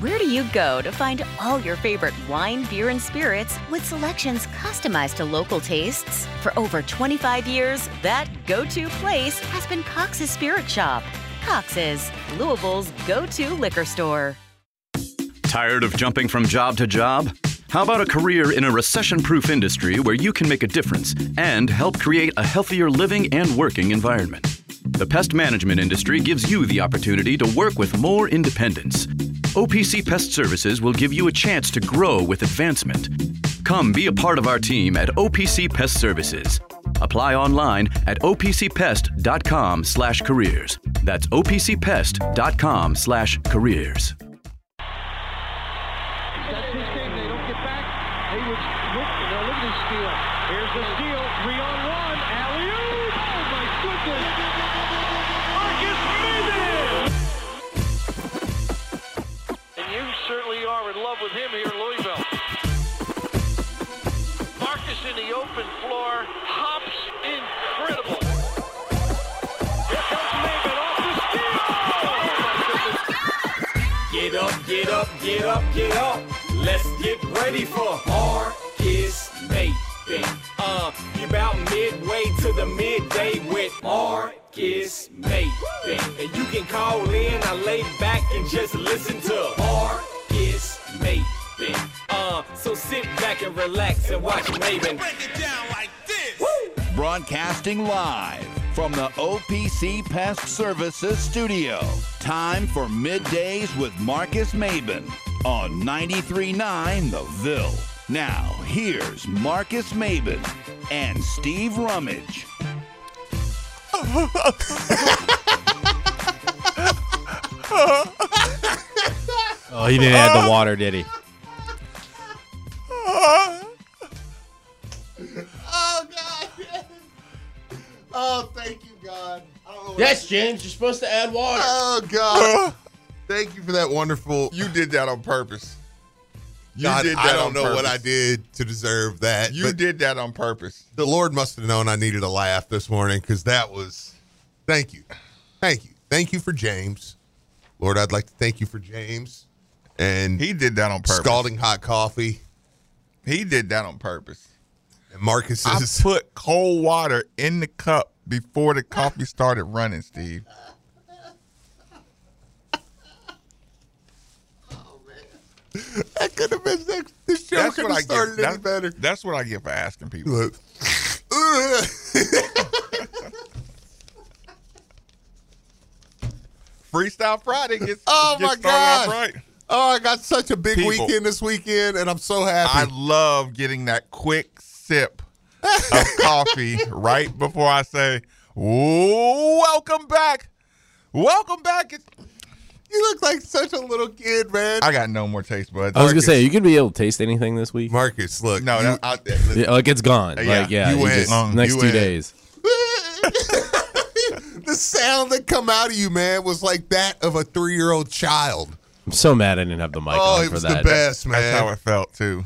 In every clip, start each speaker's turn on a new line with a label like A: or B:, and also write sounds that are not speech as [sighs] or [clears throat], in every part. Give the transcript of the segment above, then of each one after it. A: Where do you go to find all your favorite wine, beer, and spirits with selections customized to local tastes? For over 25 years, that go to place has been Cox's Spirit Shop. Cox's, Louisville's go to liquor store.
B: Tired of jumping from job to job? How about a career in a recession proof industry where you can make a difference and help create a healthier living and working environment? The pest management industry gives you the opportunity to work with more independence. OPC Pest Services will give you a chance to grow with advancement. Come be a part of our team at OPC Pest Services. Apply online at opcpest.com/careers. That's opcpest.com/careers.
C: That's his thing. They don't get back. Hayward's look. Now look at this steal. Here's the steal. Three on one. Alley oop. Oh my goodness. Marcus Mendez. And you certainly are in love with him here in Louisville. Marcus in the open floor. Hops incredible. Here comes Maven off the steal. Oh my goodness.
D: Get up, get up, get up, get up. Let's get ready for Marcus Maven. Uh, you're about midway to the midday with Marcus Maven. And you can call in, I lay back and just listen to Marcus Maven. Uh, so sit back and relax and watch Maven.
E: Broadcasting live from the OPC Pest Services studio. Time for middays with Marcus Maben on 93.9 The Ville. Now, here's Marcus Maben and Steve Rummage.
F: Oh, he didn't add the water, did he?
G: Oh God! Oh, thank you, God. I don't know what
H: Yes, James, you're supposed to add water.
G: Oh God! thank you for that wonderful.
I: You did that on purpose. You
G: God,
I: did that
G: I don't
I: on
G: know what
I: purpose.
G: I did to deserve that.
I: You
G: but
I: did that on purpose.
G: The Lord must have known I needed a laugh this morning because that was. Thank you, thank you, thank you for James. Lord, I'd like to thank you for James and
I: He did that on purpose.
G: scalding hot coffee
I: He did that on purpose.
G: and Marcus's.
I: I put cold water in the cup before the coffee started running, Steve.
G: that could have been next. This show
I: [laughs] That's
G: could
I: what
G: have
I: I
G: started
I: get.
G: any
I: That-
G: better.
I: That's what I get for asking people. [laughs]
G: Look. Ugh.
I: Freestyle Friday gets.
G: Oh,
I: gets
G: my
I: thrown out
G: God.
I: Right.
G: oh, I got such a big
I: People.
G: weekend this weekend, and I'm so happy.
I: I love getting that quick sip of
G: [laughs]
I: coffee right before I say, "Welcome back, welcome back." It's,
G: You look like such a little kid, man.
I: I got no more taste buds.
F: I was gonna say, you gonna be able to taste anything this week?
G: Marcus, look. [laughs]
I: no,
G: you-
I: that, I, listen,
F: Yeah, like it's gone.
I: Yeah,
F: like yeah,
I: you
F: you
I: win.
F: just-
I: Um,
F: next
I: you
F: two
I: win.
F: days.
G: [laughs] the sound that come out of you, man, was like that of a three-year-old child.
F: I'm so mad I didn't have the mic
G: Oh,
F: on
G: it
F: for
G: was
F: that.
G: the best, man.
I: that's how it felt too.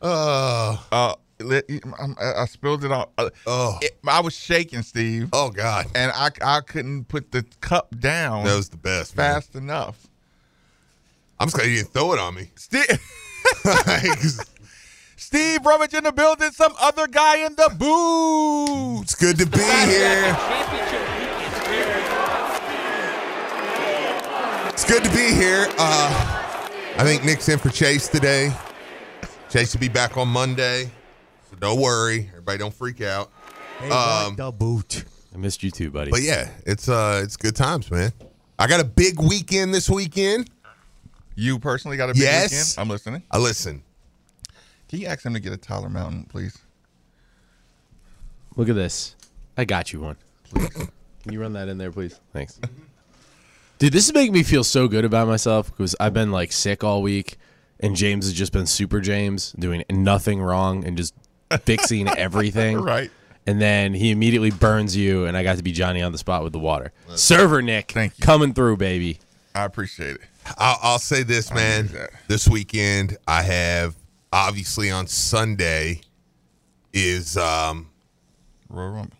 G: oh,
I: Uh, let- I'm- I, I spilled it all. Uh,
G: oh,
I: it- I was shaking, Steve,
G: oh, God,
I: and I I couldn't put the cup down
G: that was the best, man.
I: fast enough.
G: I'm just glad you didn't throw it on me. [laughs]
I: Steve, Steve Rummage in the building. Some other guy in the booth.
G: it's good to be here. It's good to be here. Uh, I think Nick's in for Chase today. Chase will be back on Monday, so don't worry. Everybody, don't freak out. Um,
F: I missed you too, buddy.
G: But yeah, it's uh it's good times, man. I got a big weekend this weekend.
I: You personally got a big
G: Yes.
I: weekend? I'm listening.
G: I listen.
I: Can you ask him to get a Tyler Mountain, please?
F: Look at this. I got you one. Can you run that in there, please? Thanks. Mm-hmm. Dude, this is making me feel so good about myself because I've been like sick all week, and James has just been super James, doing nothing wrong and just [laughs] fixing everything.
I: Right.
F: And then he immediately burns you, and I got to be Johnny on the spot with the water. Server Nick,
I: Thank you.
F: coming through, baby.
I: I appreciate it.
G: I'll, I'll say this, man.
I: need that.
G: This weekend, I have obviously on Sunday is um
I: Royal Rumble.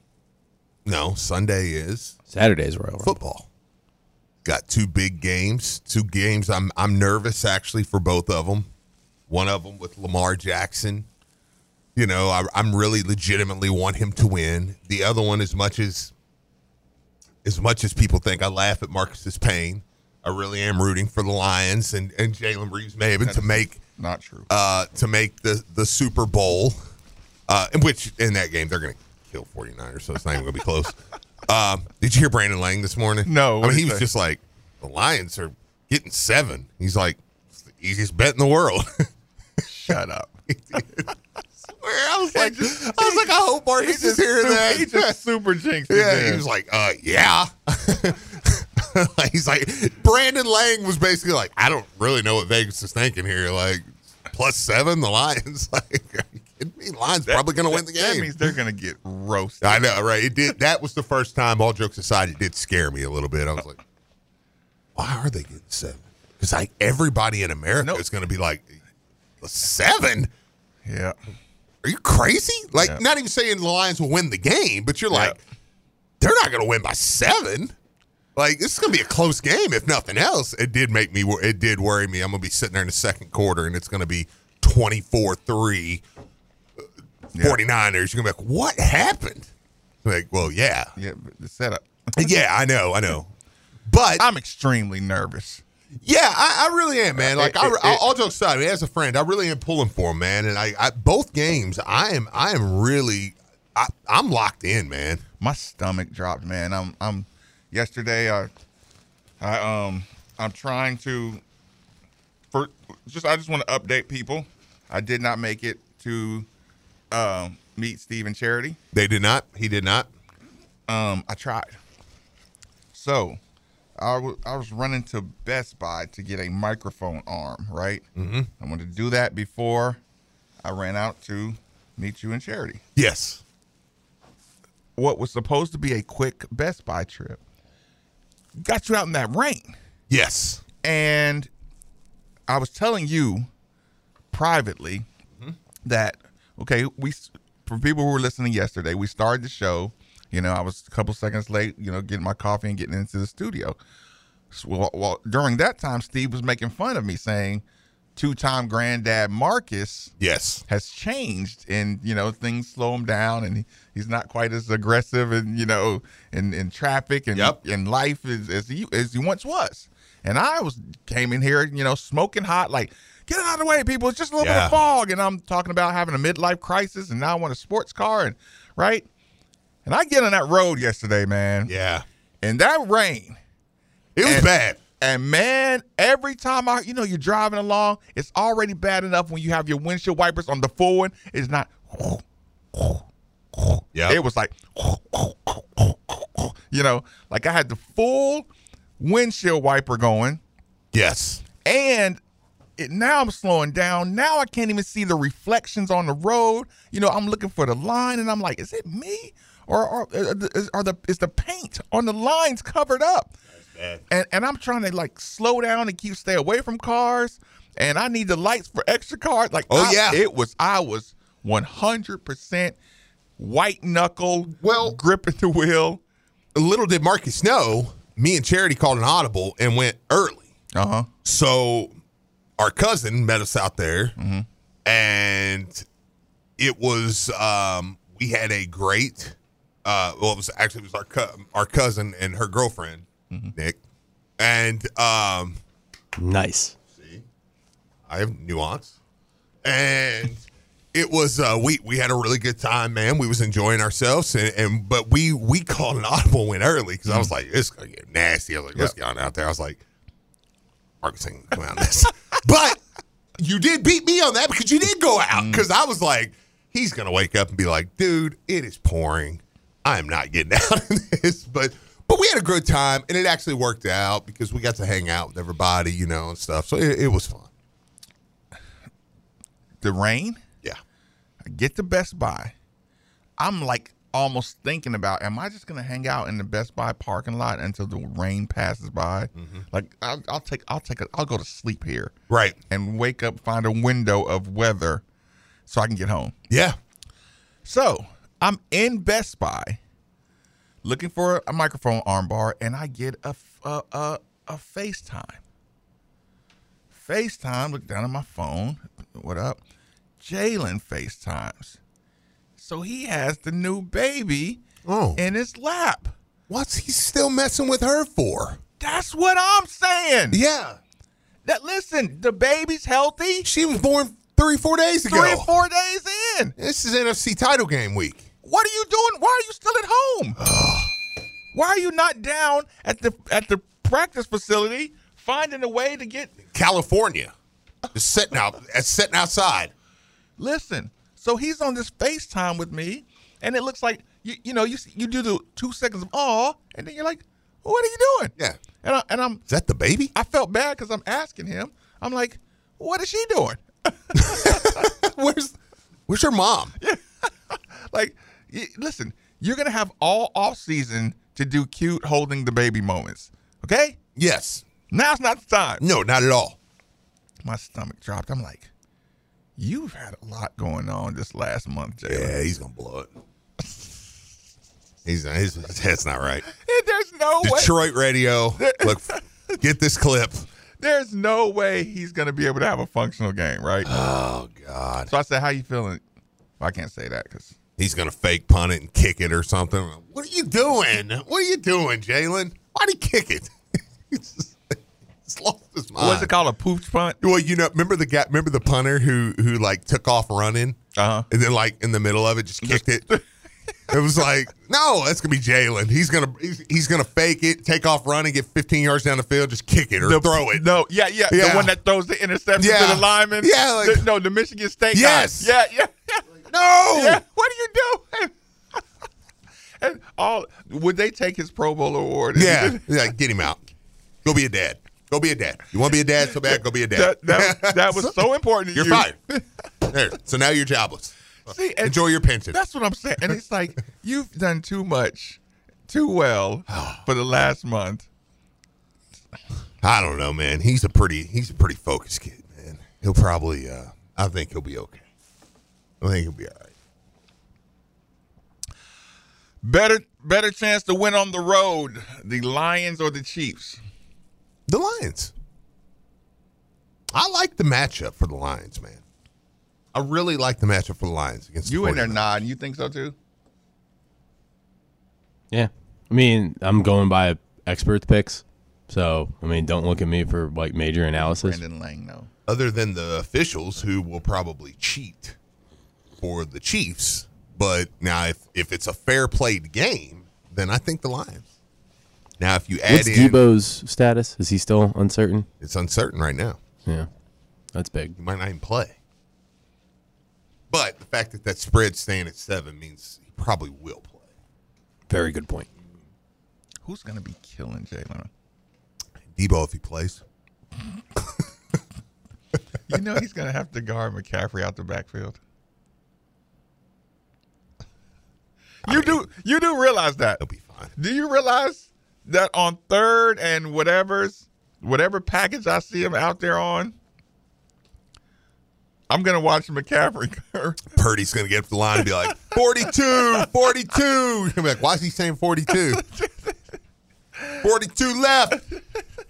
G: no Sunday is
F: Saturday's Royal Rumble.
G: football. Got two big games. Two games. I'm I'm nervous actually for both of them. One of them with Lamar Jackson. You know, I, I'm really legitimately want him to win. The other one, as much as as much as people think I laugh at Marcus's pain, I really am rooting for the Lions and and Jalen Reeves Maven to make
I: Not true.
G: uh, to make the, the Super Bowl, uh, in which in that game they're going to kill 49ers, so it's not even going to be
I: [laughs]
G: close. Um, did you hear Brandon Lang this morning?
I: No,
G: I mean
I: what'd
G: he
I: he
G: was
I: say?
G: just like the Lions are getting seven. He's like it's the easiest bet in the world. [laughs]
I: Shut up.
G: Where I was like, I was like, I hope Marcus is hearing that.
I: He just super jinxed it
G: Yeah,
I: there.
G: he was like, uh, yeah. [laughs] He's like, Brandon Lang was basically like, I don't really know what Vegas is thinking here. Like, plus seven, the Lions. [laughs] Like, are you kidding me? Lions probably going to win the
I: That
G: game.
I: means they're gonna get roasted.
G: I know, right? It did. That was the first time. All jokes aside, it did scare me a little bit. I was like, why are they getting seven? Because like everybody in America
I: No.
G: is going to be like, seven.
I: Yeah.
G: Are you crazy? Like,
I: Yeah.
G: not even saying the Lions will win the game, but you're like,
I: Yeah.
G: they're not going to win by seven. Like, this is going to be a close game, if nothing else. It did make me, wor- it did worry me. I'm going to be sitting there in the second quarter and it's going to be 24 3 49ers. You're going to be like, what happened? Like, well, yeah.
I: Yeah, but the setup.
G: Yeah, I know, I know. But
I: I'm extremely nervous.
G: yeah, I, I really am, man. Like, I,
I: It- it-
G: I, all jokes aside, I mean, as a friend, I really am pulling for him, man. And I, I both games, I am, I am really, I, I'm locked in, man.
I: my stomach dropped, man. I'm I'm yesterday I I um I'm trying to for just I just want to update people. I did not make it to um meet Steve and Charity.
G: They did not. He did not.
I: Um I tried. So I wa- I was running to Best Buy to get a microphone arm, right? Mm-hmm. I wanted to do that before I ran out to meet you and Charity.
G: Yes.
I: What was supposed to be a quick Best Buy trip got you out in that rain.
G: Yes.
I: And I was telling you privately that okay, we for people who were listening yesterday, we started the show. You know, I was a couple seconds late. You know, getting my coffee and getting into the studio. So, well, well, during that time, Steve was making fun of me, saying two-time granddad Marcus
G: Yes.
I: has changed and you know things slow him down and he, he's not quite as aggressive and you know in, in traffic and
G: Yep.
I: in life as, as he as he once was and i was came in here you know smoking hot like get it out of the way people it's just a little bit
G: Yeah.
I: of fog and i'm talking about having a midlife crisis and now i want a sports car and right and i get on that road yesterday man
G: Yeah.
I: and that rain
G: It was
I: And-
G: bad.
I: and man, every time I, you know, you're driving along, it's already bad enough when you have your windshield wipers on the full one. It's not.
G: Yep.
I: It was like, you know, like I had the full windshield wiper going,
G: Yes.
I: and it, now I'm slowing down. Now I can't even see the reflections on the road. You know, I'm looking for the line, and I'm like, is it me? Or, or uh, is, are the is the paint on the lines covered up? and and I'm trying to like slow down and keep stay away from cars, and I need the lights for extra cars. Like,
G: Oh,
I: I-
G: yeah.
I: it was I was 100 percent white knuckle,
G: Well-
I: gripping the wheel.
G: Little did Marcus know, me and Charity called an audible and went early.
I: Uh huh.
G: So our cousin met us out there, and it was um, we had a great. Uh, well, it was actually it was our co- our cousin and her girlfriend, Nick, and um,
F: Nice.
G: I have nuance. And it was uh, we we had a really good time, man. We was enjoying ourselves, and, and but we we called an audible win early because I was like, it's gonna get nasty. I was like, let's get on out there. I was like, Marcus ain't gonna come out of this. [laughs] but you did beat me on that because you did go out because I was like, he's gonna wake up and be like, dude, it is pouring. I am not getting [laughs] out of this, but. But we had a good time, and it actually worked out because we got to hang out with everybody, you know, and stuff. So it, it was fun.
I: The rain.
G: Yeah.
I: I get to Best Buy. I'm like almost thinking about, am I just gonna hang out in the Best Buy parking lot until the rain passes by? Like, I'll, I'll take, I'll take, a, I'll go to sleep here,
G: Mm-hmm. Right.
I: and wake up, find a window of weather, so I can get home.
G: Yeah.
I: So I'm in Best Buy looking for a microphone armbar, and I get a f- a, a, a FaceTime. FaceTime, look down at my phone. What up? Jalen FaceTimes. So he has the new baby
G: Oh.
I: in his lap.
G: What's he still messing with her for?
I: That's what I'm saying.
G: Yeah.
I: That, listen, the baby's healthy
G: She was born three, four days ago.
I: three or four days in.
G: This is NFC title game week.
I: What are you doing? Why are you still at
G: [sighs]
I: home? Why are you not down at the at the practice facility finding a way to get
G: California. Just sitting out uh, sitting outside.
I: Listen, so he's on this FaceTime with me, and it looks like you you know you you do the two seconds of aw, and then you're like, what are you doing?
G: Yeah.
I: and I, and I'm
G: Is that the baby?
I: I felt bad because I'm asking him. I'm like, what is she
G: [laughs]
I: doing? [laughs]
G: Where's Where's your mom?
I: like, y- listen, you're gonna have all off season to do cute holding the baby moments. Okay,
G: Yes.
I: now's not the time.
G: No, not at all.
I: My stomach dropped. I'm like, you've had a lot going on this last month, Jalen.
G: Yeah, he's gonna blow it. He's his, his head's not right.
I: And there's no way.
G: Detroit radio. Look, get this clip.
I: there's no way he's gonna be able to have a functional game, right?
G: [sighs] Oh God,
I: So I said, "How you feeling?" Well, I can't say that because
G: he's gonna fake punt it and kick it or something. What are you doing? What are you doing, Jalen? Why'd he kick it? [laughs] he's lost his mind.
I: what's it called? A pooch punt?
G: Well, you know, remember the guy, remember the punter who who like took off running,
I: Uh-huh.
G: and then like in the middle of it just kicked
I: [laughs]
G: it. it was like, no, that's gonna be Jalen. He's gonna he's, he's gonna fake it, take off running, get 15 yards down the field, just kick it or throw it.
I: No, yeah, yeah,
G: Yeah.
I: the one that throws the interception
G: Yeah.
I: to the lineman.
G: Yeah, like-
I: The- no, the Michigan State. guy.
G: Yes.
I: yeah, yeah, yeah.
G: [laughs] No!
I: yeah. What are you doing? [laughs] and all would they take his Pro Bowl award?
G: Yeah, yeah, get him out. Go be a dad. Go be a dad. You want to be a dad so bad? Go be a dad.
I: [laughs] that, that, that was so important. to
G: [laughs] You're
I: you.
G: fired. There. So now you're jobless.
I: See, and
G: Enjoy your pension.
I: That's what I'm saying. And it's like [laughs] you've done too much, too well
G: [sighs]
I: for the last month.
G: I don't know, man. He's a pretty he's a pretty focused kid, man. He'll probably uh I think he'll be okay. I think he'll be all right.
I: Better, better chance to win on the road: the Lions or the Chiefs.
G: The Lions. I like the matchup for the Lions, man. I really like the matchup for the Lions against
I: You
G: the
I: in there
G: 49ers.
I: nodding? You think so too?
F: Yeah. I mean, I'm going by experts picks. So, I mean, don't look at me for like major analysis.
I: Brandon Lang, no.
G: other than the officials who will probably cheat for the Chiefs. But now, if, if it's a fair played game, then I think the Lions. Now, if you add
F: What's
G: in,
F: Debo's status? Is he still uncertain?
G: it's uncertain right now.
F: Yeah. That's big.
G: He might not even play. But the fact that that spread's staying at seven means he probably will play.
F: Very good point.
I: Who's gonna be killing Jalen?
G: Debo, if he plays,
I: You know he's gonna have to guard McCaffrey out
G: [laughs]
I: the backfield. You do, you do realize that?
G: he'll be [laughs] fine.
I: Do you realize that on third and whatever's whatever package I see him out there on, I'm gonna watch McCaffrey. [laughs] curve.
G: Purdy's going to get up the line and be like, 42, 42. You're gonna be like, why is he saying 42? 42 left.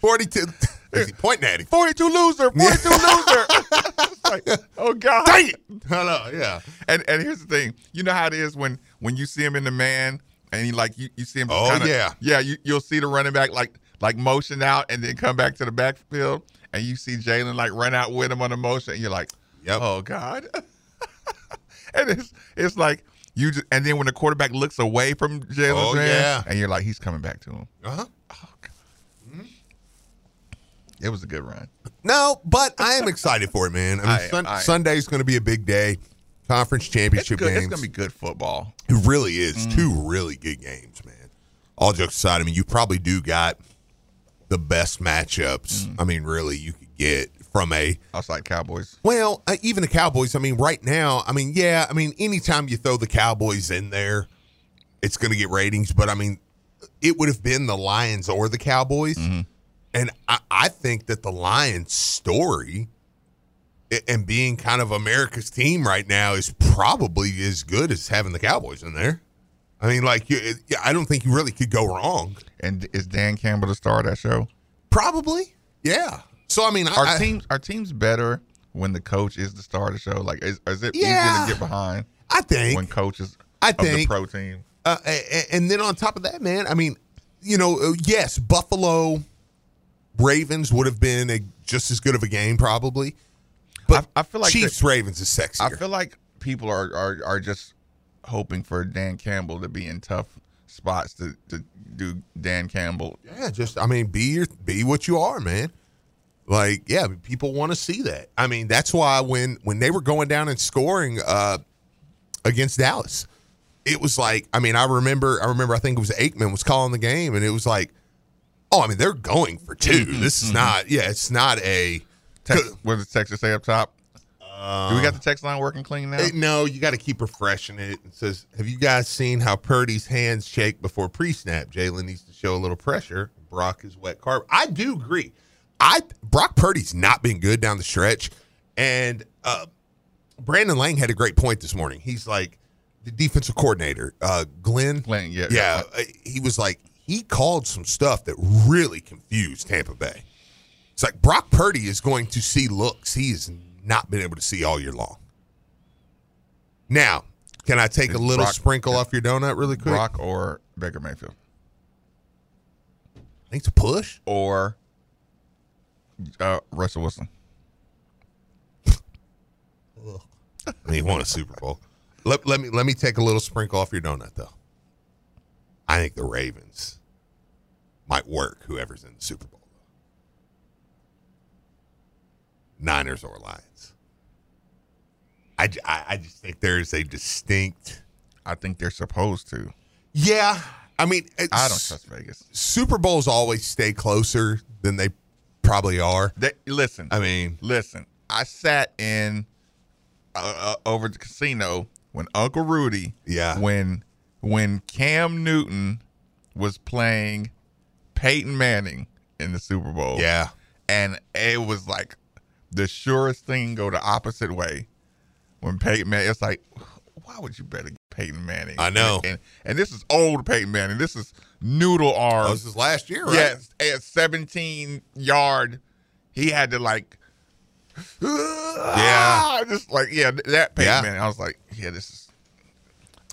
G: 42. Is he pointing at him?
I: 42 loser, [laughs] 42 loser. It's like, oh God.
G: Dang it. Hello, yeah.
I: And and here's the thing, you know how it is when when you see him in the man, and he like you, you see him. just
G: Oh,
I: kinda-
G: yeah.
I: yeah. You you'll see the running back like like motion out, and then come back to the backfield, and you see Jalen like run out with him on the motion, and you're like,
G: Yep.
I: oh god. [laughs] and it's it's like you, just, and then when the quarterback looks away from Jalen's
G: Oh,
I: man,
G: yeah.
I: and you're like, he's coming back to him.
G: Uh-huh.
I: It was a good run.
G: No, but I am excited for it, man. I mean,
I: I am,
G: Sun-
I: I am.
G: Sunday's going to be a big day. Conference
I: It's
G: championship
I: good. It's
G: games.
I: gonna be good football.
G: It really is. Two really good games, man. All jokes aside, I mean, you probably do got the best matchups. I mean, really, you could get from a
I: Outside Cowboys.
G: Well, uh, even the Cowboys. I mean, right now, I mean, yeah, I mean, anytime you throw the Cowboys in there, it's going to get ratings. But I mean, it would have been the Lions or the Cowboys. And I, I think that the Lions story a- and being kind of America's team right now is probably as good as having the Cowboys in there. I mean, like, you, it- I don't think you really could go wrong.
I: And is Dan Campbell the star of that show?
G: Probably. Yeah. So I mean, I,
I: Our
G: I-
I: teams our teams better when the coach is the star of the show. Like is, is it
G: Yeah.
I: easier to get behind
G: I think.
I: when coaches
G: I
I: of the
G: think-
I: pro team?
G: uh, a- a- and then on top of that, man, I mean, you know, uh, yes, Buffalo Ravens would have been a, just as good of a game probably, but
I: I- I feel like that-
G: Chiefs Ravens is sexier.
I: I feel like people are, are are just hoping for Dan Campbell to be in tough spots to, to do Dan Campbell.
G: Yeah, just I mean, be your be what you are, man. Like, yeah, people want to see that. I mean, that's why when when they were going down and scoring uh against Dallas, it was like, I mean, I remember, I remember, I think it was Aikman was calling the game, and it was like, oh, I mean, they're going for 2 This is not, yeah, it's not a.
I: Tex, what does Texas say up top? do we got the text line working clean now?
G: Hey, no, you got to keep refreshing it. It says, "Have you guys seen how Purdy's hands shake before pre-snap? Jalen needs to show a little pressure. Brock is wet carpet. I do agree. I Brock Purdy's not been good down the stretch, and uh, Brandon Lang had a great point this morning. He's like the defensive coordinator, uh, Glenn.
I: Glenn, yeah,
G: yeah. uh, He was like he called some stuff that really confused Tampa Bay. It's like Brock Purdy is going to see looks he has not been able to see all year long. Now, can I take a
I: Is
G: little
I: Brock-
G: sprinkle off your donut really quick?
I: Brock or Baker Mayfield
G: I think it's a push.
I: or uh, Russell Wilson?
G: I mean, he won a Super Bowl. Let, let me let me take a little sprinkle off your donut though. I think the Ravens might work whoever's in the Super Bowl. Niners or Lions. I, j- I- I just think there is a distinct.
I: I think they're supposed to.
G: Yeah, I mean, it's-
I: I don't trust Vegas.
G: Super Bowls always stay closer than they probably are.
I: They, listen,
G: I mean,
I: listen. I sat in uh, uh, over at the casino when Uncle Rudy,
G: Yeah.
I: when when Cam Newton was playing Peyton Manning in the Super Bowl,
G: yeah,
I: and it was like the surest thing go the opposite way when Peyton Manning. It's like, why would you bet against Peyton Manning?
G: I know.
I: and, and this is old Peyton Manning. This is noodle arms.
G: oh, this is last year, right?
I: Yes, at 17 yard, he had to like,
G: Ah!
I: yeah, Ah, just like yeah, that pain,
G: Yeah.
I: man. I was like, yeah, this is.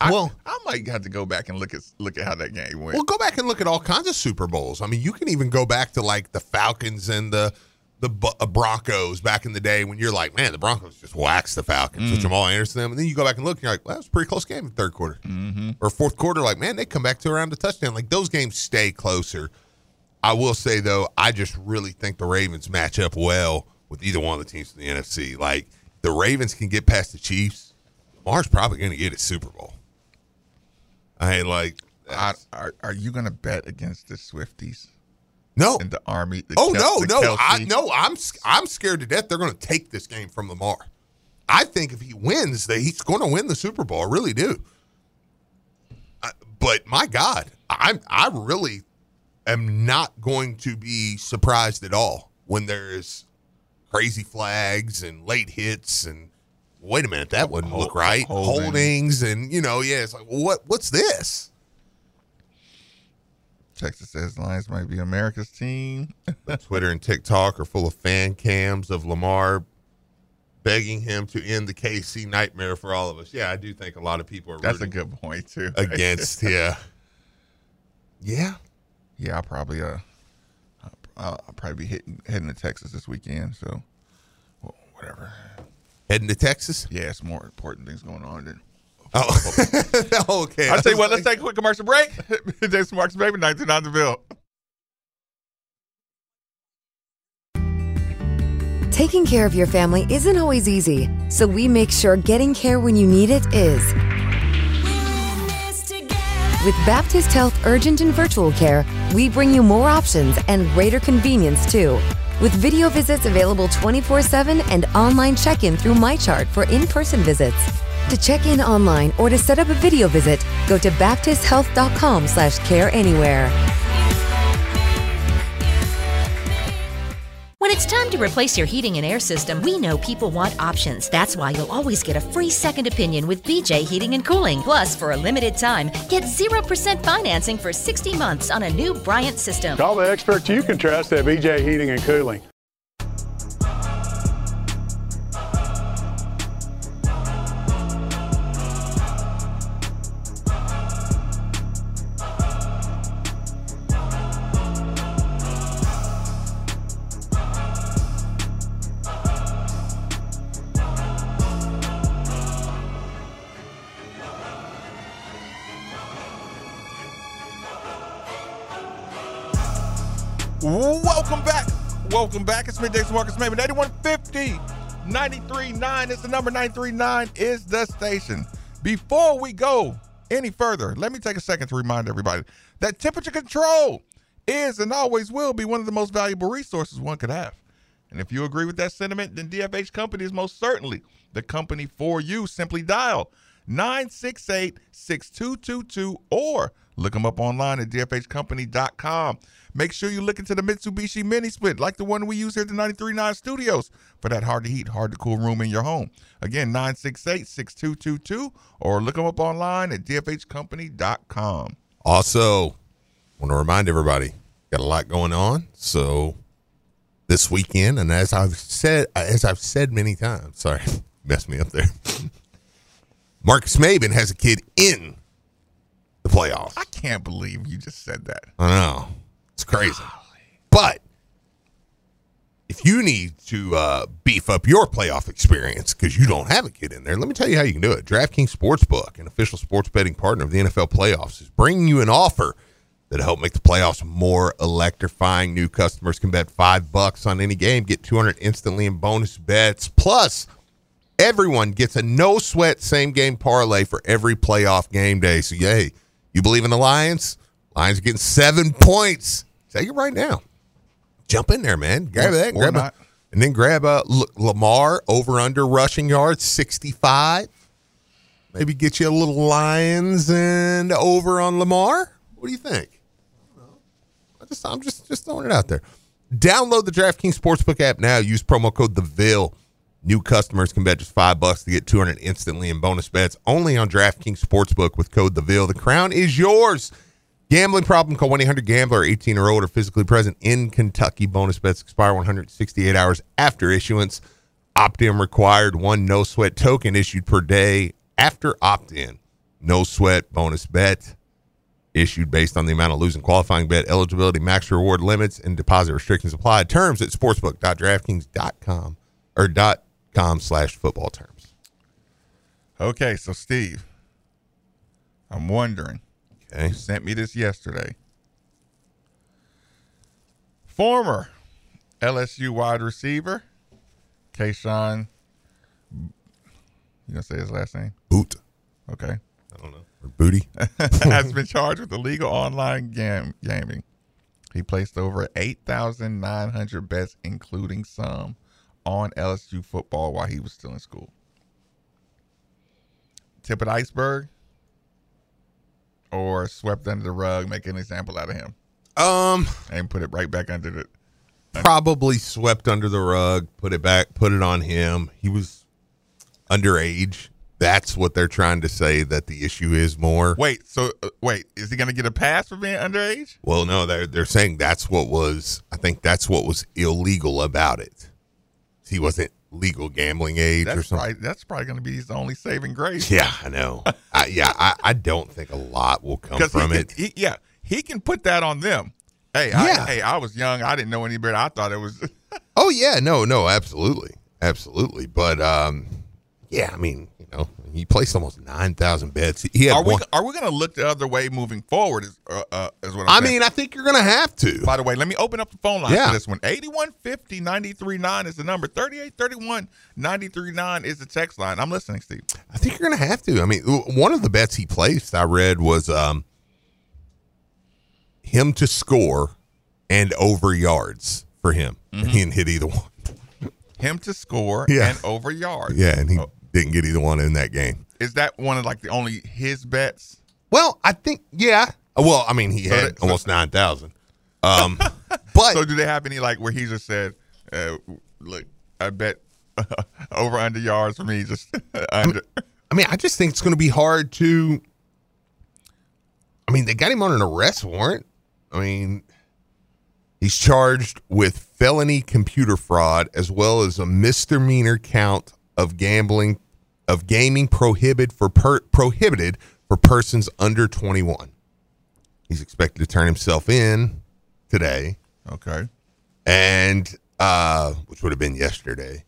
I: I,
G: Well-
I: I might have to go back and look at look at how that game went.
G: Well, go back and look at all kinds of Super Bowls. I mean, you can even go back to like the Falcons and the the Bu- uh, Broncos back in the day when you're like, man, the Broncos just waxed the Falcons with Jamal Anderson. and Them, and then you go back and look, and you're like, well, that was a pretty close game in the third quarter or fourth quarter. Like, man, they come back to around a touchdown. Like those games stay closer. I will say though, I just really think the Ravens match up well with either one of the teams in the NFC. Like the Ravens can get past the Chiefs. Lamar's probably going to get a Super Bowl. I ain't like.
I: I, are, are you gonna bet against the Swifties
G: No.
I: and the Army? the
G: Oh
I: Kel- the
G: no, no, I
I: Kelsey?
G: no, I'm s- I'm scared to death. They're going to take this game from Lamar. I think if he wins, that he's going to win the Super Bowl. I really do. I, but my God, I'm I really am not going to be surprised at all when there's crazy flags and late hits and wait a minute, that wouldn't look right.
I: holding.
G: Holdings and you know, yeah, it's like well, what what's this?
I: Texas says Lions might be America's team.
G: Twitter and TikTok are full of fan cams of Lamar begging him to end the KC nightmare for all of us. Yeah, I do think a lot of people are
I: That's a
G: rooting
I: good point too.
G: against. Yeah, yeah.
I: yeah, I'll probably uh, I'll- I'll, I'll probably be hitting heading to Texas this weekend. So, well, whatever. [laughs]
G: Heading to Texas.
I: Yeah, it's more important things going on
G: [laughs]
I: than.
G: Oh, okay.
I: I'll tell you what, let's take a quick commercial break. [laughs] Jason Marks Baby, 1990 Bill.
J: Taking care of your family isn't always easy, so we make sure getting care when you need it is. With Baptist Health Urgent and Virtual Care, we bring you more options and greater convenience too. With video visits available 24 7 and online check in through MyChart for in person visits. To check in online or to set up a video visit, go to baptisthealth.com slash care anywhere.
A: When
K: it's time to replace your heating and air system, we know people want options. That's why you'll always get a free second opinion with BJ Heating and Cooling. Plus, for a limited time, get 0% financing for 60 months on a new Bryant system.
L: Call the experts you can trust at BJ Heating and Cooling.
I: Welcome back. Welcome back. It's Midday Marcus Maven. 8150 939 is the number. 939 is the station. Before we go any further, let me take a second to remind everybody that temperature control is and always will be one of the most valuable resources one could have. And if you agree with that sentiment, then DFH Company is most certainly the company for you. Simply dial 968 6222 or look them up online at dfhcompany.com. Make sure you look into the Mitsubishi Mini Split, like the one we use here at the 939 Studios, for that hard to heat, hard to cool room in your home. Again, 968 6222 or look them up online at dfhcompany.com.
G: [laughs] Also, want to remind everybody, got a lot going on. So this weekend, and as I've said, as I've said many times, [laughs] sorry, messed me up there. [laughs] Marcus Maben has a kid in the playoffs.
I: I can't believe you just said that.
G: I know. It's crazy. But if you need to uh, beef up your playoff experience because you don't have a kid in there, let me tell you how you can do it. DraftKings Sportsbook, an official sports betting partner of the NFL playoffs, is bringing you an offer that'll help make the playoffs more electrifying. New customers can bet five bucks on any game, get 200 instantly in bonus bets. Plus, everyone gets a no sweat same game parlay for every playoff game day. So, yay, you believe in the Lions? Lions are getting seven points. Take it right now. Jump in there, man. Grab
I: Or-
G: that.
I: or
G: Grab
I: not.
G: it. And then grab uh, L- Lamar over under rushing yards, 65. Maybe get you a little Lions and over on Lamar. What do you think? I just, I'm just, just throwing it out there. Download the DraftKings Sportsbook app now. Use promo code THEVIL. New customers can bet just five bucks to get 200 instantly in bonus bets only on DraftKings Sportsbook with code THEVIL. The crown is yours. Gambling problem, call 1 800 Gambler, 18 or older, physically present in Kentucky. Bonus bets expire 168 hours after issuance. Opt in required, one no sweat token issued per day after opt in. No sweat bonus bet issued based on the amount of losing qualifying bet eligibility max reward limits and deposit restrictions apply terms at sportsbook.draftkings.com or dot com slash football terms
I: Okay, so Steve, I'm wondering.
G: Okay.
I: You sent me this yesterday. Former LSU wide receiver, Kayshawn. You gonna say his last name?
G: boot
I: Okay.
G: i don't know or booty
I: [laughs] has
G: [laughs]
I: been charged with illegal online gam- gaming. He placed over 8,900 bets, including some on LSU football while he was still in school. Tip of the iceberg or swept under the rug, make an example out of him
G: um
I: and put it right back under the.
G: probably swept under the rug put it back put it on him he was underage that's what they're trying to say that the issue is more
I: Wait, so uh, wait, is he going to get a pass for being underage?
G: well no they're, they're saying that's what was i think that's what was illegal about it he wasn't legal gambling age or
I: That's
G: something
I: probably, that's probably going to be his only saving grace.
G: Yeah, I know. [laughs] I, yeah, I, I don't think a lot will come
I: Because
G: from
I: he
G: it.
I: Can, he, yeah, he can put that on them. Hey,
G: Yeah.
I: I, hey, I was young. I didn't know any better. I thought it was. [laughs]
G: Oh yeah, no, no, absolutely, absolutely. But um, yeah, I mean, you know, he placed almost nine thousand bets. He had
I: Are we
G: one.
I: are we going to look the other way moving forward? Is uh, uh, is what
G: I
I: I'm saying.
G: mean, I think you're gonna have to.
I: By the way, let me open up the phone line
G: Yeah.
I: for this one. 8150 939 is the number. 3831 939 is the text line. I'm listening, Steve.
G: I think you're gonna have to. I mean, w- one of the bets he placed, I read, was um, him to score and over yards for him, and he didn't hit either one. [laughs]
I: Him to score
G: Yeah.
I: and over yards.
G: Yeah, and he didn't get either one in that game.
I: Is that one of like the only his bets?
G: Well, I think yeah. Well, I mean, he
I: So
G: had
I: that- so-
G: almost nine thousand. Um, [laughs] but
I: So do they have any like where he just said, Uh, look, I bet [laughs] over under yards for me. Just [laughs] under.
G: I mean, I just think it's going to be hard to. I mean, they got him on an arrest warrant. I mean, he's charged with felony computer fraud as well as a misdemeanor count of gambling, of gaming prohibited for per, prohibited for persons under 21. He's expected to turn himself in today.
I: Okay.
G: And uh, which would have been yesterday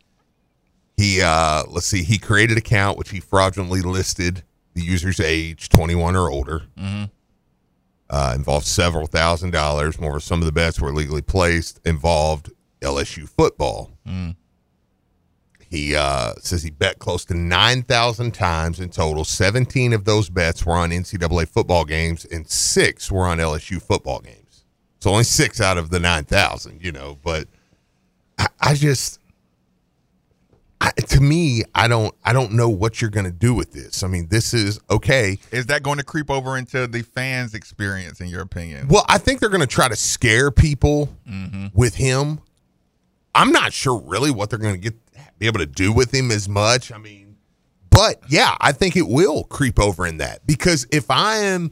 G: he uh let's see he created an account which he fraudulently listed the user's age 21 or older
I: Mhm.
G: uh involved several thousand dollars more some of the bets were legally placed involved lsu football
I: Mm.
G: he uh says he bet close to 9000 times in total 17 of those bets were on ncaa football games and six were on lsu football games so only six out of the 9000 you know but i, I just I, to me, I don't I don't know what you're going to do with this. I mean, this is okay.
I: Is that going to creep over into the fans' experience, in your opinion? Mm-hmm.
G: Well, I think they're going to try to scare people with him. I'm not sure really what they're going to get be able to do with him as much. I mean, but yeah, I think it will creep over in that because if I am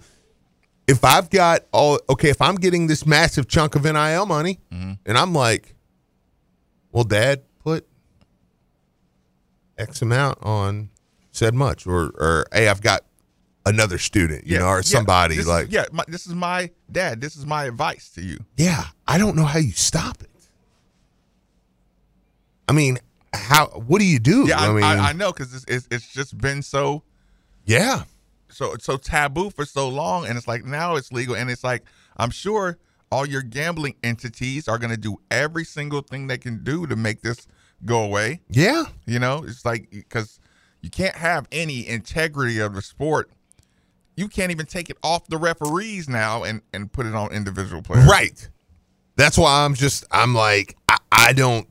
G: if I've got all okay, if I'm getting this massive chunk of NIL money
I: Mm-hmm.
G: and I'm like, well, dad put X amount on said much or or hey, I've got another student, you know, or somebody
I: this is-
G: like
I: yeah, my, this is my dad. This is my advice to you.
G: yeah, I don't know how you stop it. I mean, how? What do you do?
I: Yeah, I,
G: mean,
I: I, I know because it's, it's it's just been so
G: yeah,
I: so so taboo for so long, and it's like now it's legal, and it's like I'm sure all your gambling entities are going to do every single thing they can do to make this go away.
G: yeah,
I: You know, it's like because you can't have any integrity of the sport. You can't even take it off the referees now and and put it on individual players.
G: right. That's why I'm just, I'm like, I, I don't,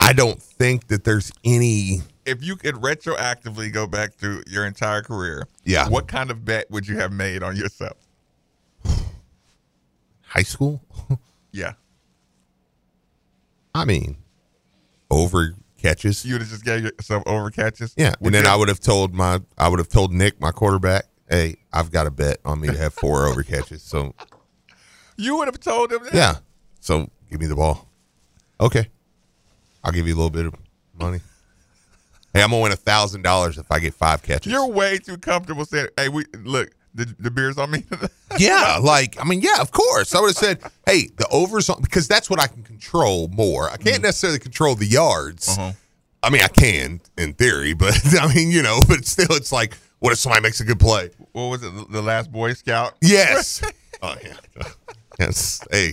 G: I don't think that there's any.
I: If you could retroactively go back to your entire career,
G: Yeah.
I: what kind of bet would you have made on yourself?
G: High school? [laughs]
I: Yeah,
G: I mean, over catches.
I: you would have just gave yourself over catches.
G: Yeah,
I: Would
G: and then
I: you-
G: I would have told my, I would have told Nick, my quarterback, hey, I've got a bet on me to have four over catches. So
I: You would have told him. That?
G: Yeah. So give me the ball. Okay. I'll give you a little bit of money. Hey, I'm gonna win a thousand dollars if I get five catches. [laughs]
I: You're way too comfortable saying, "Hey, we look the the beer's
G: [laughs]
I: on me." [laughs] Uh-huh.
G: yeah, like I mean, yeah, of course. I would have said, hey, the overs on because that's what I can control more. I can't necessarily control the yards.
I: Mm-hmm. Uh-huh.
G: I mean, I can in theory, [laughs] but I mean, you know, but still, it's like, what if somebody makes a good play?
I: what was it? The last
G: [laughs]
I: Boy Scout.
G: Yes. oh yeah. Yes. Hey,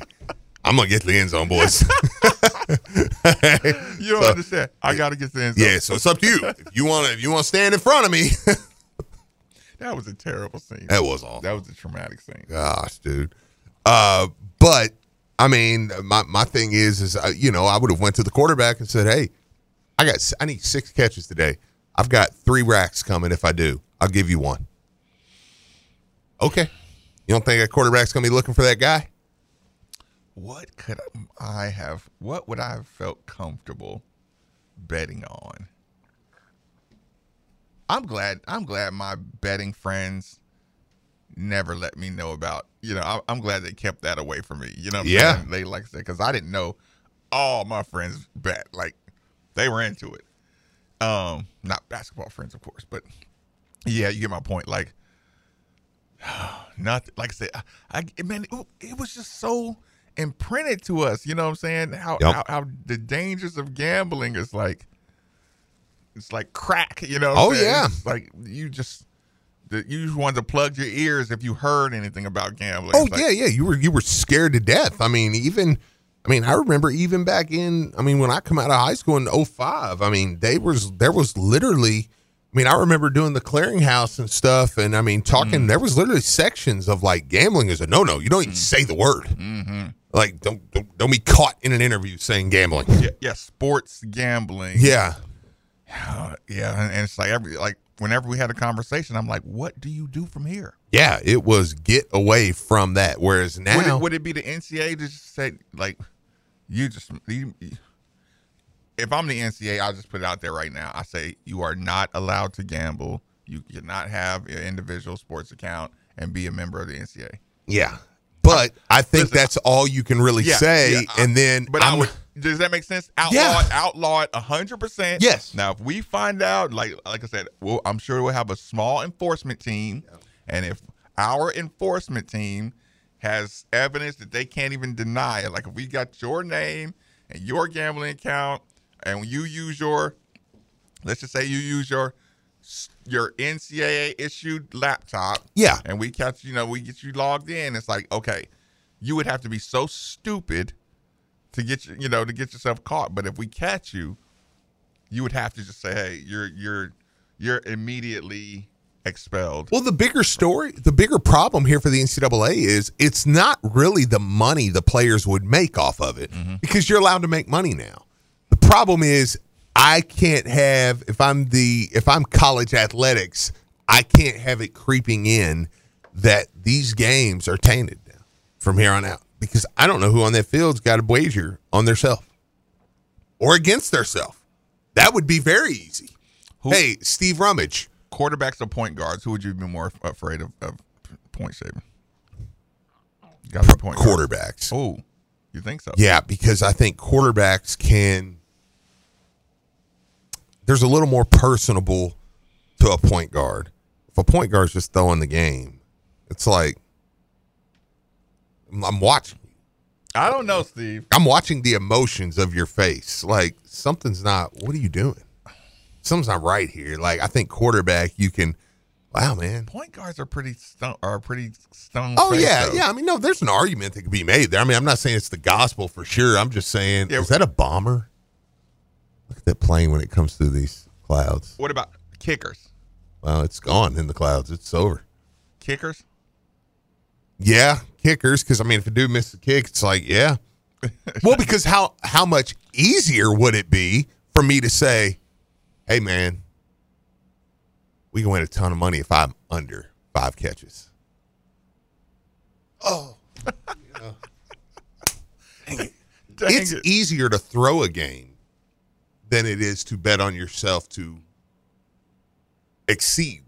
G: I'm gonna get to the end zone,
I: [laughs]
G: boys. [laughs]
I: You don't
G: So-
I: understand. I got to get to the end zone.
G: Yeah, so it's up to you. If you want to, if you want to stand in front of me, [laughs]
I: That was a terrible scene.
G: that was all.
I: That was a traumatic scene.
G: Gosh, dude. Uh, but I mean, my my thing is, is uh, you know, I would have went to the quarterback and said, "Hey, I got, s- I need six catches today. I've got three racks coming. If I do, I'll give you one." Okay. You don't think a quarterback's gonna be looking for that guy?
I: What could I have? What would I have felt comfortable betting on? I'm glad. I'm glad my betting friends never let me know about. You know, I, I'm glad they kept that away from me. You know, what I'm
G: Yeah.
I: saying? They like I said because I didn't know all my friends bet. Like they were into it. Um, not basketball friends, of course, but yeah, you get my point. Like [sighs] nothing. Like I said, I, I man, it, it was just so imprinted to us. You know what I'm saying? How,
G: Yep.
I: how how the dangers of gambling is like, it's like crack. You know? what I'm
G: Oh,
I: saying?
G: yeah.
I: It's like you just. the- You just wanted to plug your ears if you heard anything about gambling.
G: Oh
I: It's like,
G: yeah, yeah. You were you were scared to death. I mean, even I mean, I remember even back in I mean, when I come out of high school in 05, I mean, they was there was literally I mean, I remember doing the clearinghouse and stuff and I mean,
I: Mm.
G: talking there was literally sections of like gambling is a no-no. You don't even say the word.
I: Mm-hmm.
G: Like don't, don't don't be caught in an interview saying gambling.
I: yeah, yeah, sports gambling.
G: Yeah.
I: Uh, yeah, and, and it's like every like whenever we had a conversation, I'm like, what do you do from here?
G: Yeah, it was get away from that whereas now
I: Would it, would it be the NCAA to just say like, You just you, you- if I'm the NCA, I'll just put it out there right now. I say you are not allowed to gamble. You cannot have your individual sports account and be a member of the NCA.
G: Yeah. But I think that's all you can really
I: Yeah,
G: say.
I: yeah, I-
G: and then
I: but I would. Does that make sense? Outlaw,
G: Yeah.
I: it, outlaw it hundred percent.
G: Yes.
I: Now, if we find out, like like I said, we'll, I'm sure we'll have a small enforcement team, and if our enforcement team has evidence that they can't even deny it, like if we got your name and your gambling account, and you use your, let's just say you use your s- your NCAA issued laptop,
G: Yeah.
I: and we catch you know we get you logged in, it's like okay, you would have to be so stupid to get you, you know, to get yourself caught. But if we catch you, you would have to just say, "Hey, you're you're you're immediately expelled."
G: Well, the bigger story, the bigger problem here for the NCAA is it's not really the money the players would make off of it because you're allowed to make money now. The problem is I can't have if I'm the if I'm college athletics, I can't have it creeping in that these games are tainted now from here on out because I don't know who on that field's got a wager on theirself or against theirself. That would be very easy. Hey, Steve Rummage.
I: Quarterbacks or point guards? Who would you be more af- afraid of, of point shaving? Got my point.
G: Quarterbacks.
I: Oh, you think so?
G: Yeah, because I think quarterbacks can. There's a little more personable to a point guard. If a point guard's just throwing the game, it's like I'm- I'm watching.
I: I don't know, Steve.
G: I'm watching the emotions of your face. Like something's not. What are you doing? Something's not right here. Like I think quarterback, you can. Wow, man.
I: Point guards are pretty stone. Are pretty stone.
G: Oh
I: faced,
G: yeah,
I: though.
G: yeah. I mean, no, there's an argument that could be made there. I mean, I'm not saying it's the gospel for sure. I'm just saying, is that a bomber? Look at that plane when it comes through these clouds.
I: What about kickers?
G: Wow, it's gone in the clouds. It's over.
I: Kickers?
G: Yeah, kickers. Because I mean, if a dude misses a kick, it's like, yeah. well, because how how much easier would it be for me to say, hey man, we can win a ton of money if I'm under five catches. Oh.
I: Dang
G: it's
I: it.
G: easier to throw a game than it is to bet on yourself to exceed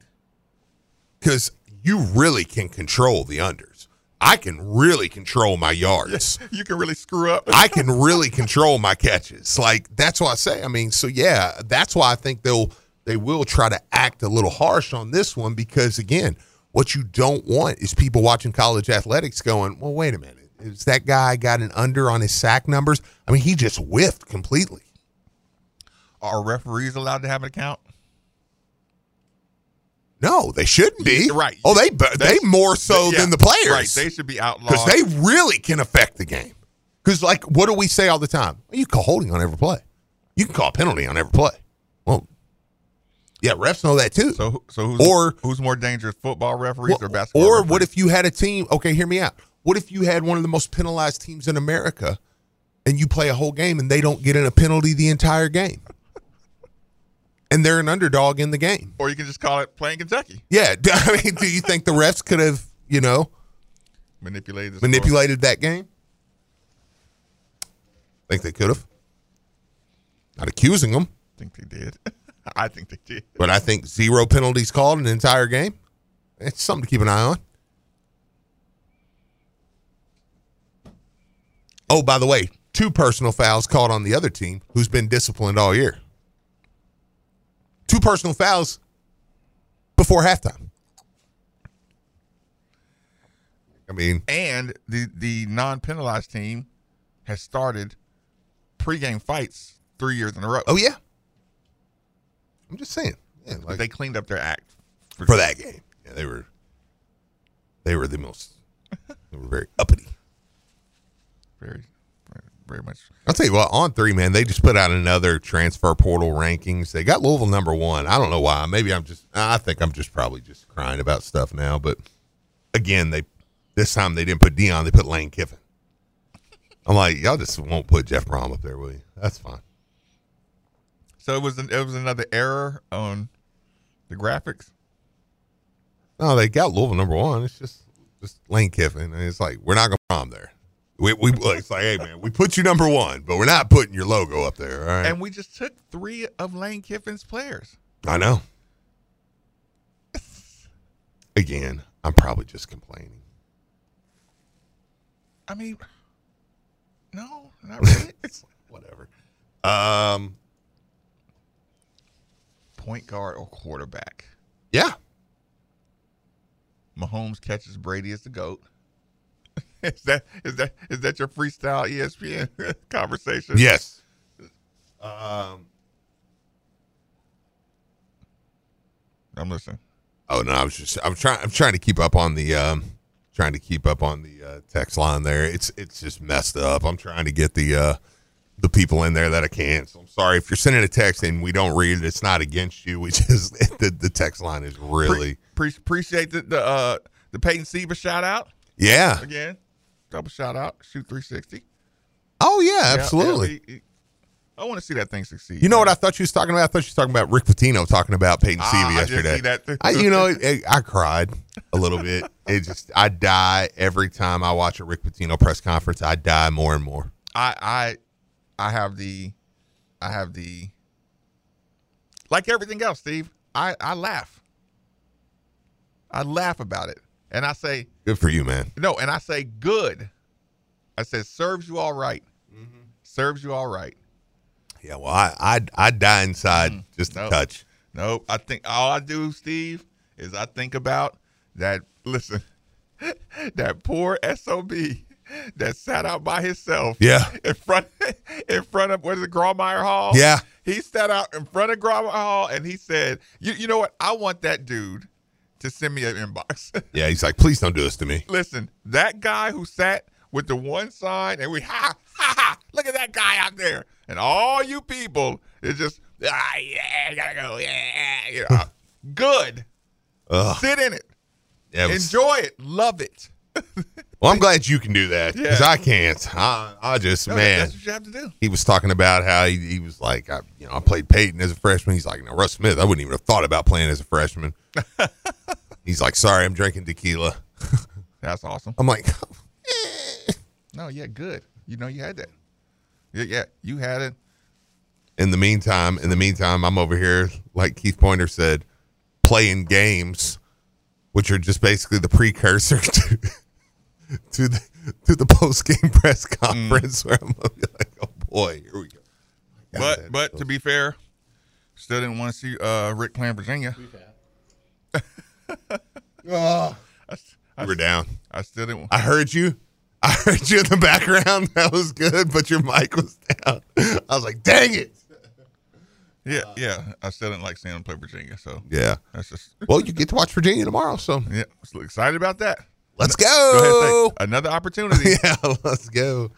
G: because you really can control the unders. I can really control my yards.
I: You can really screw up.
G: I can really control my catches. Like that's why I say. I mean, so yeah, that's why I think they'll they will try to act a little harsh on this one because again, what you don't want is people watching college athletics going, "Well, wait a minute, is that guy got an under on his sack numbers?" I mean, he just whiffed completely.
I: Are referees allowed to have an account?
G: No, they shouldn't be
I: Right.
G: Oh, they they, more so
I: Yeah,
G: than the players,
I: Right. They should be outlawed.
G: because they really can affect the game. Because, like, what do we say all the time? You call holding on every play. You can call a penalty on every play. Well, yeah, refs know that too.
I: So, so who's
G: Or-
I: who's more dangerous, football referees or basketball?
G: or
I: referees?
G: what if you had a team? Okay, hear me out. What if you had one of the most penalized teams in America, and you play a whole game and they don't get in a penalty the entire game, and they're an underdog in the game?
I: or you can just call it playing Kentucky.
G: Yeah, [laughs] do- I mean, do you think the refs could have, you know,
I: Manipulated. the
G: manipulated that game? Think they could have? Not accusing them.
I: score. I think they did. [laughs] I think they did.
G: But I think zero penalties called in an entire game. It's something to keep an eye on. Oh, by the way, two personal fouls called on the other team who's been disciplined all year. Two personal fouls before halftime. I mean,
I: And the the non penalized team has started pregame fights three years in a row.
G: oh yeah. I'm just saying. Yeah, like-
I: But they cleaned up their act
G: for that game. Yeah, they were they were the most they were very uppity.
I: Very, very, very much.
G: I'll tell you what, on three, man, they just put out another transfer portal rankings. They got Louisville number one. I don't know why. Maybe I'm just I think I'm just probably just crying about stuff now, but again, they this time they didn't put Dion, they put Lane Kiffin. I'm like, y'all just won't put Jeff Brom up there, will you? That's fine.
I: So it was an, it was another error on the graphics.
G: No, they got Louisville number one. It's just just Lane Kiffin. And it's like, we're not gonna prom there. We, we [laughs] it's like, hey man, we put you number one, but we're not putting your logo up there. All right.
I: And we just took three of Lane Kiffin's players.
G: I know. [laughs] Again, I'm probably just complaining.
I: I mean, no,
G: [laughs]
I: not really.
G: it's whatever. Um,
I: Point guard or quarterback?
G: Yeah.
I: Mahomes catches Brady as the goat. [laughs] is that is that is that your freestyle E ESPN [laughs] conversation?
G: Yes.
I: Um, I'm listening.
G: Oh no, I was just I'm trying I'm trying to keep up on the um trying to keep up on the uh, text line there. It's it's just messed up. I'm trying to get the uh the people in there that I can. So I'm sorry if you're sending a text and we don't read it. It's not against you. We [laughs] just the, the text line is really
I: Pre- appreciate the the, uh, the Peyton Seba shout out.
G: yeah.
I: Again, double shout out. Shoot 360.
G: Oh yeah, absolutely.
I: Yeah, he- he- I want to see that thing succeed.
G: You know what I thought you was talking about? I thought you was talking about Rick Pitino talking about Peyton
I: Ah,
G: Sievey
I: I did
G: yesterday.
I: see that too.
G: I, you know, it, it- I cried a little
I: [laughs]
G: bit. It just, I die every time I watch a Rick Pitino press conference. I die more and more.
I: I I I have the I have the like everything else, Steve. I I laugh. I laugh about it, and I say
G: Good for you, man.
I: no, and I say good. I said serves you all right. Serves you all right.
G: Yeah, well, I, I, I die inside just a
I: Mm. Nope.
G: touch.
I: Nope. I think all I do, Steve, is I think about that. Listen, [laughs] that poor sob that sat out by himself.
G: Yeah.
I: [laughs] In front, in front of what is it, Grawemeyer Hall?
G: Yeah.
I: He sat out in front of Grawemeyer Hall and he said, "You, you know what? I want that dude to send me an inbox." [laughs]
G: Yeah, he's like, please don't do this to me.
I: Listen, that guy who sat with the one sign and we [laughs] ha ha ha look at that guy out there. And all you people is just ah yeah, I gotta go. Yeah, you know, [laughs] good.
G: Ugh.
I: Sit in it.
G: Yeah, it was-
I: Enjoy it. Love it.
G: well, I'm glad you can do that because
I: Yeah.
G: I can't. I, I just,
I: No, that-
G: man.
I: That's what you have to do.
G: he was talking about how he, he was like, I, you know, I played Peyton as a freshman. He's like, no, Russ Smith, I wouldn't even have thought about playing as a
I: [laughs]
G: freshman. He's like, sorry, I'm drinking tequila. [laughs]
I: That's awesome.
G: I'm like,
I: No, yeah, good. You know you had that. Yeah, yeah. You had it.
G: in the meantime, in the meantime, I'm over here, like Keith Pointer said, playing games, which are just basically the precursor [laughs] to to the to the post game press conference, where I'm like, oh boy, here we go.
I: But but to be fair, still didn't want to see uh, Rick playing Virginia.
G: We We're down.
I: I still didn't.
G: I heard you. I heard you in the background. [laughs] That was good, but your mic was down. I was like, dang it.
I: Yeah, yeah. I still didn't like seeing him play Virginia. So
G: Yeah.
I: that's just
G: Well, you get to watch Virginia tomorrow, so
I: yeah. So excited about that.
G: let's
I: Go ahead,
G: go.
I: and take another [laughs] opportunity.
G: [laughs] yeah, let's go.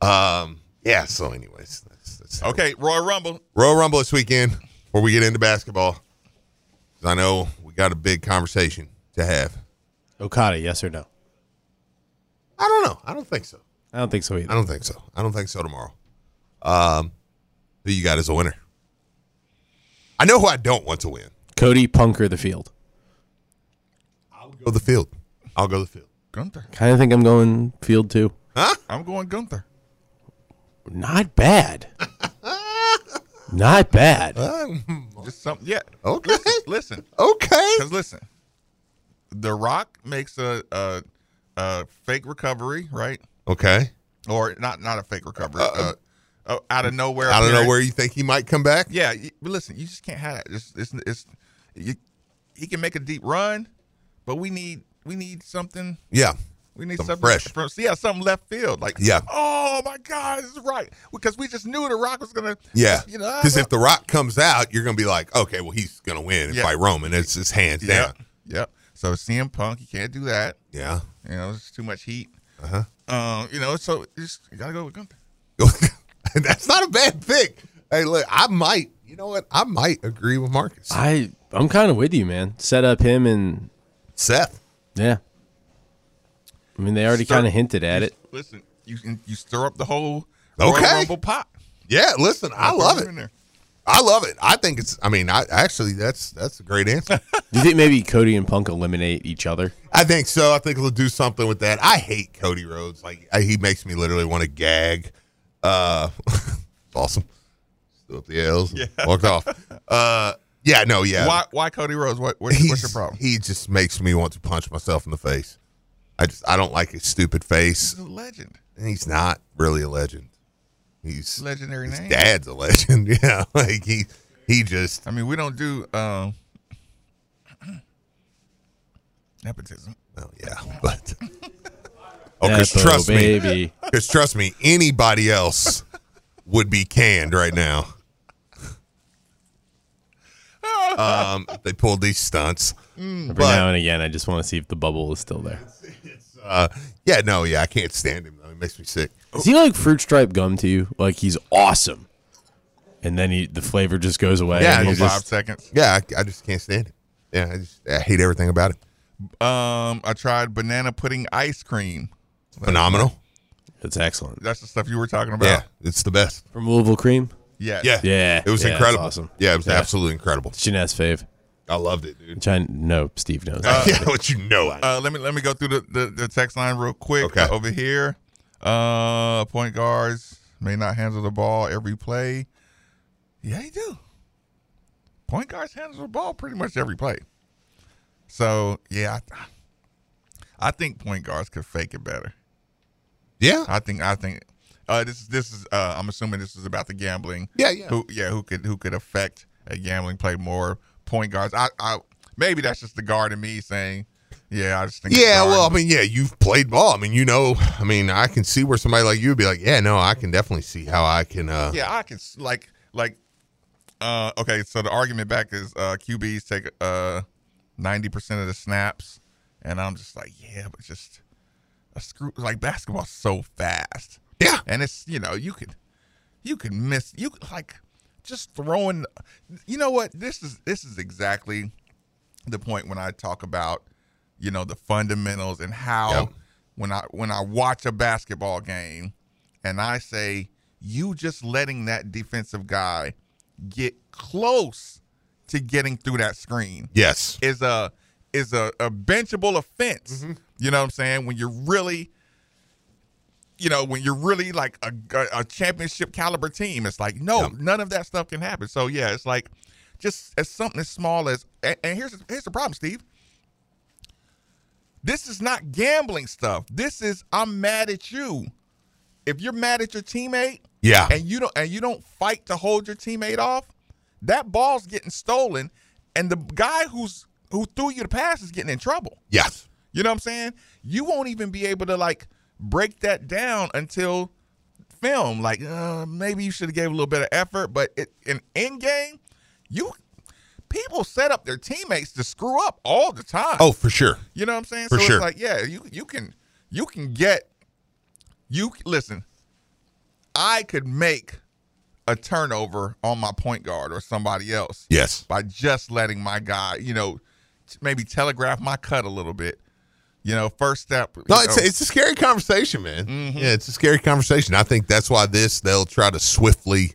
G: Um, yeah. So, anyways, that's, that's
I: okay, Royal Rumble.
G: Royal Rumble this weekend. Before we get into basketball, 'cause I know we got a big conversation to have.
F: Okada, yes or no?
G: I don't know. I don't think so.
F: I don't think so
G: I
F: either.
G: don't think so. I don't think so tomorrow. Um, who you got as a winner? I know who I don't want to win.
F: Cody Punker the field.
G: Go the field. I'll go the field.
I: Gunther.
F: Kind of think I'm going field too.
I: I'm going Gunther.
F: Not bad. [laughs] Not bad.
I: Just something. Yeah.
G: Um, Okay. [laughs]
I: Listen,
G: Okay.
I: because listen, The Rock makes a, a a fake recovery, right?
G: Okay.
I: Or not not a fake recovery. Uh, uh, out of nowhere.
G: I don't know
I: appearance.
G: where you think he might come back.
I: Yeah, y- but listen, you just can't have that. It's it's, it's you, he can make a deep run, but we need we need something.
G: Yeah.
I: We need
G: Something
I: something
G: fresh.
I: From, yeah, something left field. Like
G: Yeah.
I: Oh my God, this is right because we just knew the Rock was gonna.
G: Yeah.
I: You know.
G: Because
I: [laughs]
G: if The Rock comes out, you're going to be like, okay, well, he's going to win and
I: Yeah.
G: fight Roman. It's his hands
I: yeah,
G: down.
I: yeah. So CM Punk, you can't do that.
G: Yeah. [laughs]
I: You know, it's too much heat. Uh-huh. you know, so you just you gotta go with Gunther.
G: That's not a bad pick. Hey, look, I might, you know what? I might agree with Marcus.
F: I I'm kind of with you, man. Set up him and
G: Seth.
F: yeah. I mean, they already
I: Stir-
F: kind of hinted at it.
I: Listen, you you stir up the whole
G: Okay.
I: Royal Rumble pot.
G: Yeah, listen, I
I: Put
G: love
I: him
G: it.
I: in there.
G: I love it. I think it's. I mean, I actually that's that's a great
I: [laughs]
G: answer.
F: Do you think maybe Cody and Punk eliminate each other?
G: I think so. I think they'll do something with that. I hate Cody Rhodes. Like I, he makes me literally want to gag. Uh, [laughs] it's awesome. Threw up the L's. and
I: Yeah.
G: Walked off. Uh, yeah. No. Yeah.
I: Why? Why Cody Rhodes? What? What's,
G: He's-
I: what's your problem?
G: He just makes me want to punch myself in the face. I just I don't like his stupid face.
I: He's a legend.
G: And he's not really a legend. He's
I: Legendary
G: his
I: name.
G: dad's a legend. [laughs] Yeah. Like he he just
I: I mean, we don't do um, [clears throat] nepotism.
G: well, yeah, [laughs] but Oh,
F: Nepo,
G: 'cause trust me.
F: baby.
G: Because trust me, anybody else would be canned right
I: [laughs]
G: now. Um, if they pulled these stunts.
F: Every
G: But-
F: now and again, I just want to see if the bubble is still there.
G: Uh, yeah, no, yeah, I can't stand him. though. He makes me sick.
F: Is he like fruit stripe gum to you? Like he's awesome, and then he, the flavor just goes away.
G: Yeah,
F: and
G: he
F: he
I: Five
F: just,
I: seconds.
G: Yeah, I, I just can't stand it. Yeah, I just I hate everything about it.
I: Um, I tried banana pudding ice cream.
G: Phenomenal.
F: it's excellent.
I: That's the stuff you were talking about.
G: Yeah, it's the best.
F: From Louisville cream,
I: Yes.
G: Yeah,
F: Yeah,
G: it was
F: yeah, it's
G: incredible.
F: awesome.
G: Yeah, it was
F: Yeah.
G: absolutely incredible.
F: it's Jeanette's fave.
G: I loved it, dude.
F: Which I know Steve knows.
G: [laughs] yeah, what you know? [laughs] I-
I: Uh, let me let me go through the, the, the text line real quick.
G: Okay.
I: Uh, over here, uh, point guards may not handle the ball every play. Yeah, they do. Point guards handle the ball pretty much every play. So yeah, I, I think point guards could fake it better.
G: yeah,
I: I think I think uh, this this is uh, I'm assuming this is about the gambling.
G: Yeah, yeah.
I: Who yeah who could who could affect a gambling play more? Point guards. I, I maybe that's just the guard in me saying. Yeah, I just think. the
G: yeah.
I: guard-
G: Well, I mean, yeah, you've played ball. I mean, you know, I mean, I can see where somebody like you would be like, yeah, no, I can definitely see how I can. uh
I: yeah, I can s- like like uh okay, so the argument back is uh QBs take uh 90% of the snaps and I'm just like, yeah, but just a screw like basketball's so fast.
G: Yeah.
I: And it's, you know, you could you could miss you could, like just throwing you know what? This is this is exactly the point when I talk about you know the fundamentals and how
G: Yep.
I: when I when I watch a basketball game and I say you just letting that defensive guy get close to getting through that screen
G: Yes.
I: is a is a, a benchable offense. You know what I'm saying? When you're really you know, when you're really like a, a championship caliber team, it's like no,
G: Yeah.
I: none of that stuff can happen. So yeah, it's like just as something as small as and, and here's here's the problem, Steve. This is not gambling stuff. This is I'm mad at you. If you're mad at your teammate
G: Yeah.
I: and you don't and you don't fight to hold your teammate off, that ball's getting stolen and the guy who's who threw you the pass is getting in trouble.
G: yes.
I: You know what I'm saying? You won't even be able to like break that down until film. Like uh, maybe you should have gave a little bit of effort, but it, in in game, you people set up their teammates to screw up all the time.
G: Oh, for sure.
I: you know what I'm saying?
G: for
I: so
G: sure.
I: it's like yeah, you you can you can get you listen. I could make a turnover on my point guard or somebody else
G: Yes.
I: by just letting my guy, you know, t- maybe telegraph my cut a little bit. You know, first step.
G: No,
I: you
G: it's,
I: know,
G: it's a scary conversation, man. Yeah, it's a scary conversation. I think that's why this they'll try to swiftly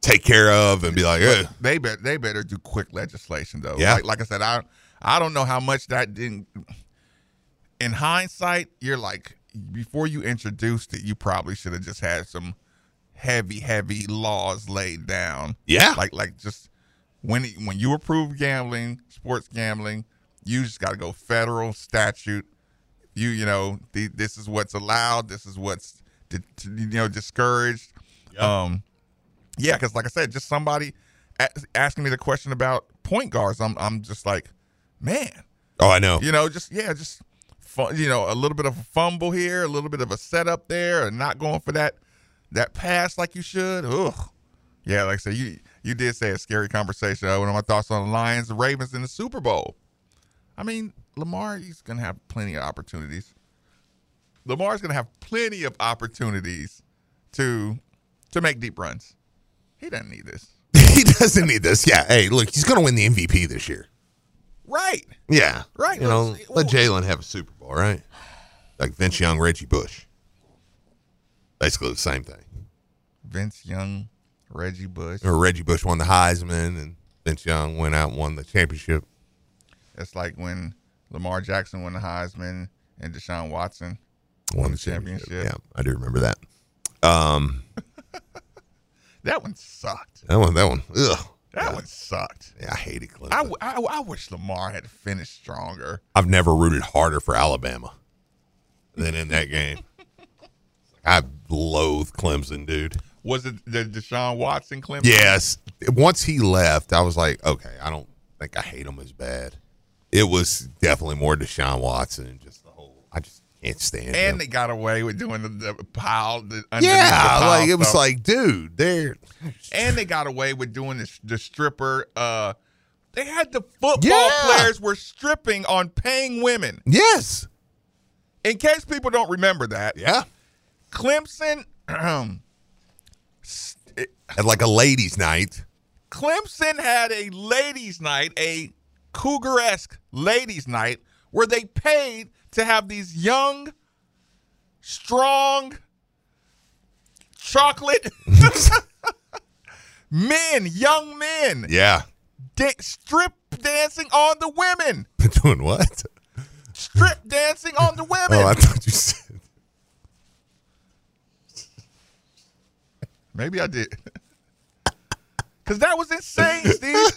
G: take care of and be like, eh,
I: they better they better do quick legislation though.
G: Yeah.
I: Like, like I said, I I don't know how much that didn't. In hindsight, you're like before you introduced it, you probably should have just had some heavy, heavy laws laid down.
G: yeah,
I: Like like just when it- when you approve gambling, sports gambling, you just got to go federal statute. You you know the, this is what's allowed. This is what's di- t- you know discouraged. Um, yeah, because like I said, just somebody a- asking me the question about point guards. I'm I'm just like, man,
G: oh, I know. [laughs]
I: you know, just yeah, just fun, you know, a little bit of a fumble here, a little bit of a setup there, and not going for that that pass like you should. Ugh. Yeah, like I said, you you did say a scary conversation. Uh, one of my thoughts on the Lions, the Ravens, in the Super Bowl. I mean, Lamar, he's gonna have plenty of opportunities. Lamar's gonna have plenty of opportunities to to make deep runs. He doesn't need this.
G: he doesn't need this. Yeah, hey, look, he's gonna win the MVP this year.
I: Right.
G: Yeah,
I: Right,
G: You know,
I: let's-
G: let Jalen have a Super Bowl, right? Like Vince Young, Reggie Bush, basically the same thing.
I: Vince Young, Reggie Bush.
G: Or Reggie Bush won the Heisman, and Vince Young went out and won the championship.
I: That's like when Lamar Jackson won the Heisman and Deshaun Watson
G: Won the championship. Yeah, I do remember that. Um,
I: That one sucked.
G: that one, that one, ugh.
I: That one sucked.
G: Yeah, I hated Clemson.
I: I, w- I w- I wish Lamar had finished stronger.
G: I've never rooted harder for Alabama than in that game. I loathe Clemson, dude.
I: Was it the Deshaun Watson Clemson?
G: Yes. Once he left, I was like, okay, I don't think I hate him as bad. It was definitely more Deshaun Watson and just the whole. I just can't stand him.
I: And they got away with doing the, the pile. The underneath the
G: yeah,
I: pile
G: like it was
I: stuff.
G: like, dude, they're
I: And they got away with doing this, the stripper. Uh, they had the football
G: Yeah.
I: players were stripping on paying women.
G: yes,
I: In case people don't remember that,
G: yeah,
I: Clemson, [clears throat] um,
G: and like a ladies' night.
I: Clemson had a ladies' night, a cougar-esque ladies' night, where they paid to have these young, strong, chocolate [laughs] men, young men,
G: Yeah, [laughs]
I: da- strip dancing on the women,
G: doing what?
I: strip dancing on the women.
G: Oh, I thought you said [laughs]
I: Maybe I did. [laughs] Cause that was insane, Steve.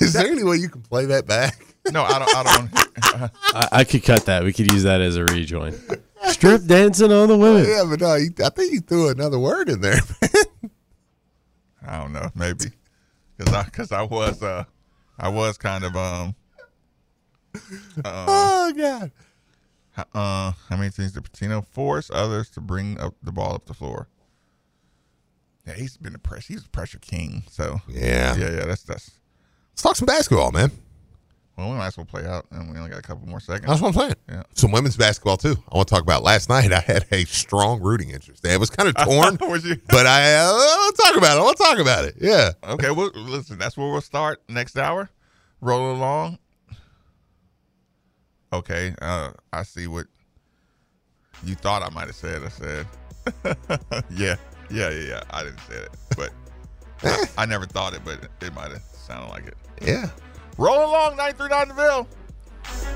G: Is there any way you can play that back?
I: No, I don't. I don't.
F: I, I could cut that. We could use that as a rejoin. Strip dancing on the women.
G: Yeah, but no, you, I think you threw another word in there. [laughs]
I: I don't know, maybe because I because I was uh I was kind of um
G: oh God.
I: h- uh how many things did Patino force others to bring up the ball up the floor? Yeah, he's been a pressure. He's a pressure king. So
G: Yeah.
I: yeah, yeah. That's that's.
G: Let's talk some basketball, man.
I: Well, we might as well play out, and we only got a couple more seconds.
G: That's what I'm saying.
I: Yeah.
G: Some women's basketball too. I want to talk about last [laughs] night. I had a strong rooting interest. It was kind of
I: [laughs]
G: torn,
I: Was you-
G: but I uh, I'll talk about it. I'll talk about it. Yeah.
I: Okay, well, listen, that's where we'll start next hour. Roll along. Okay, uh, I see what you thought I might have said. I said, [laughs] yeah, yeah, yeah, yeah. I didn't say it, but I, I never thought it, but it might have sounded like it.
G: Yeah.
I: Roll along, 939 DeVille.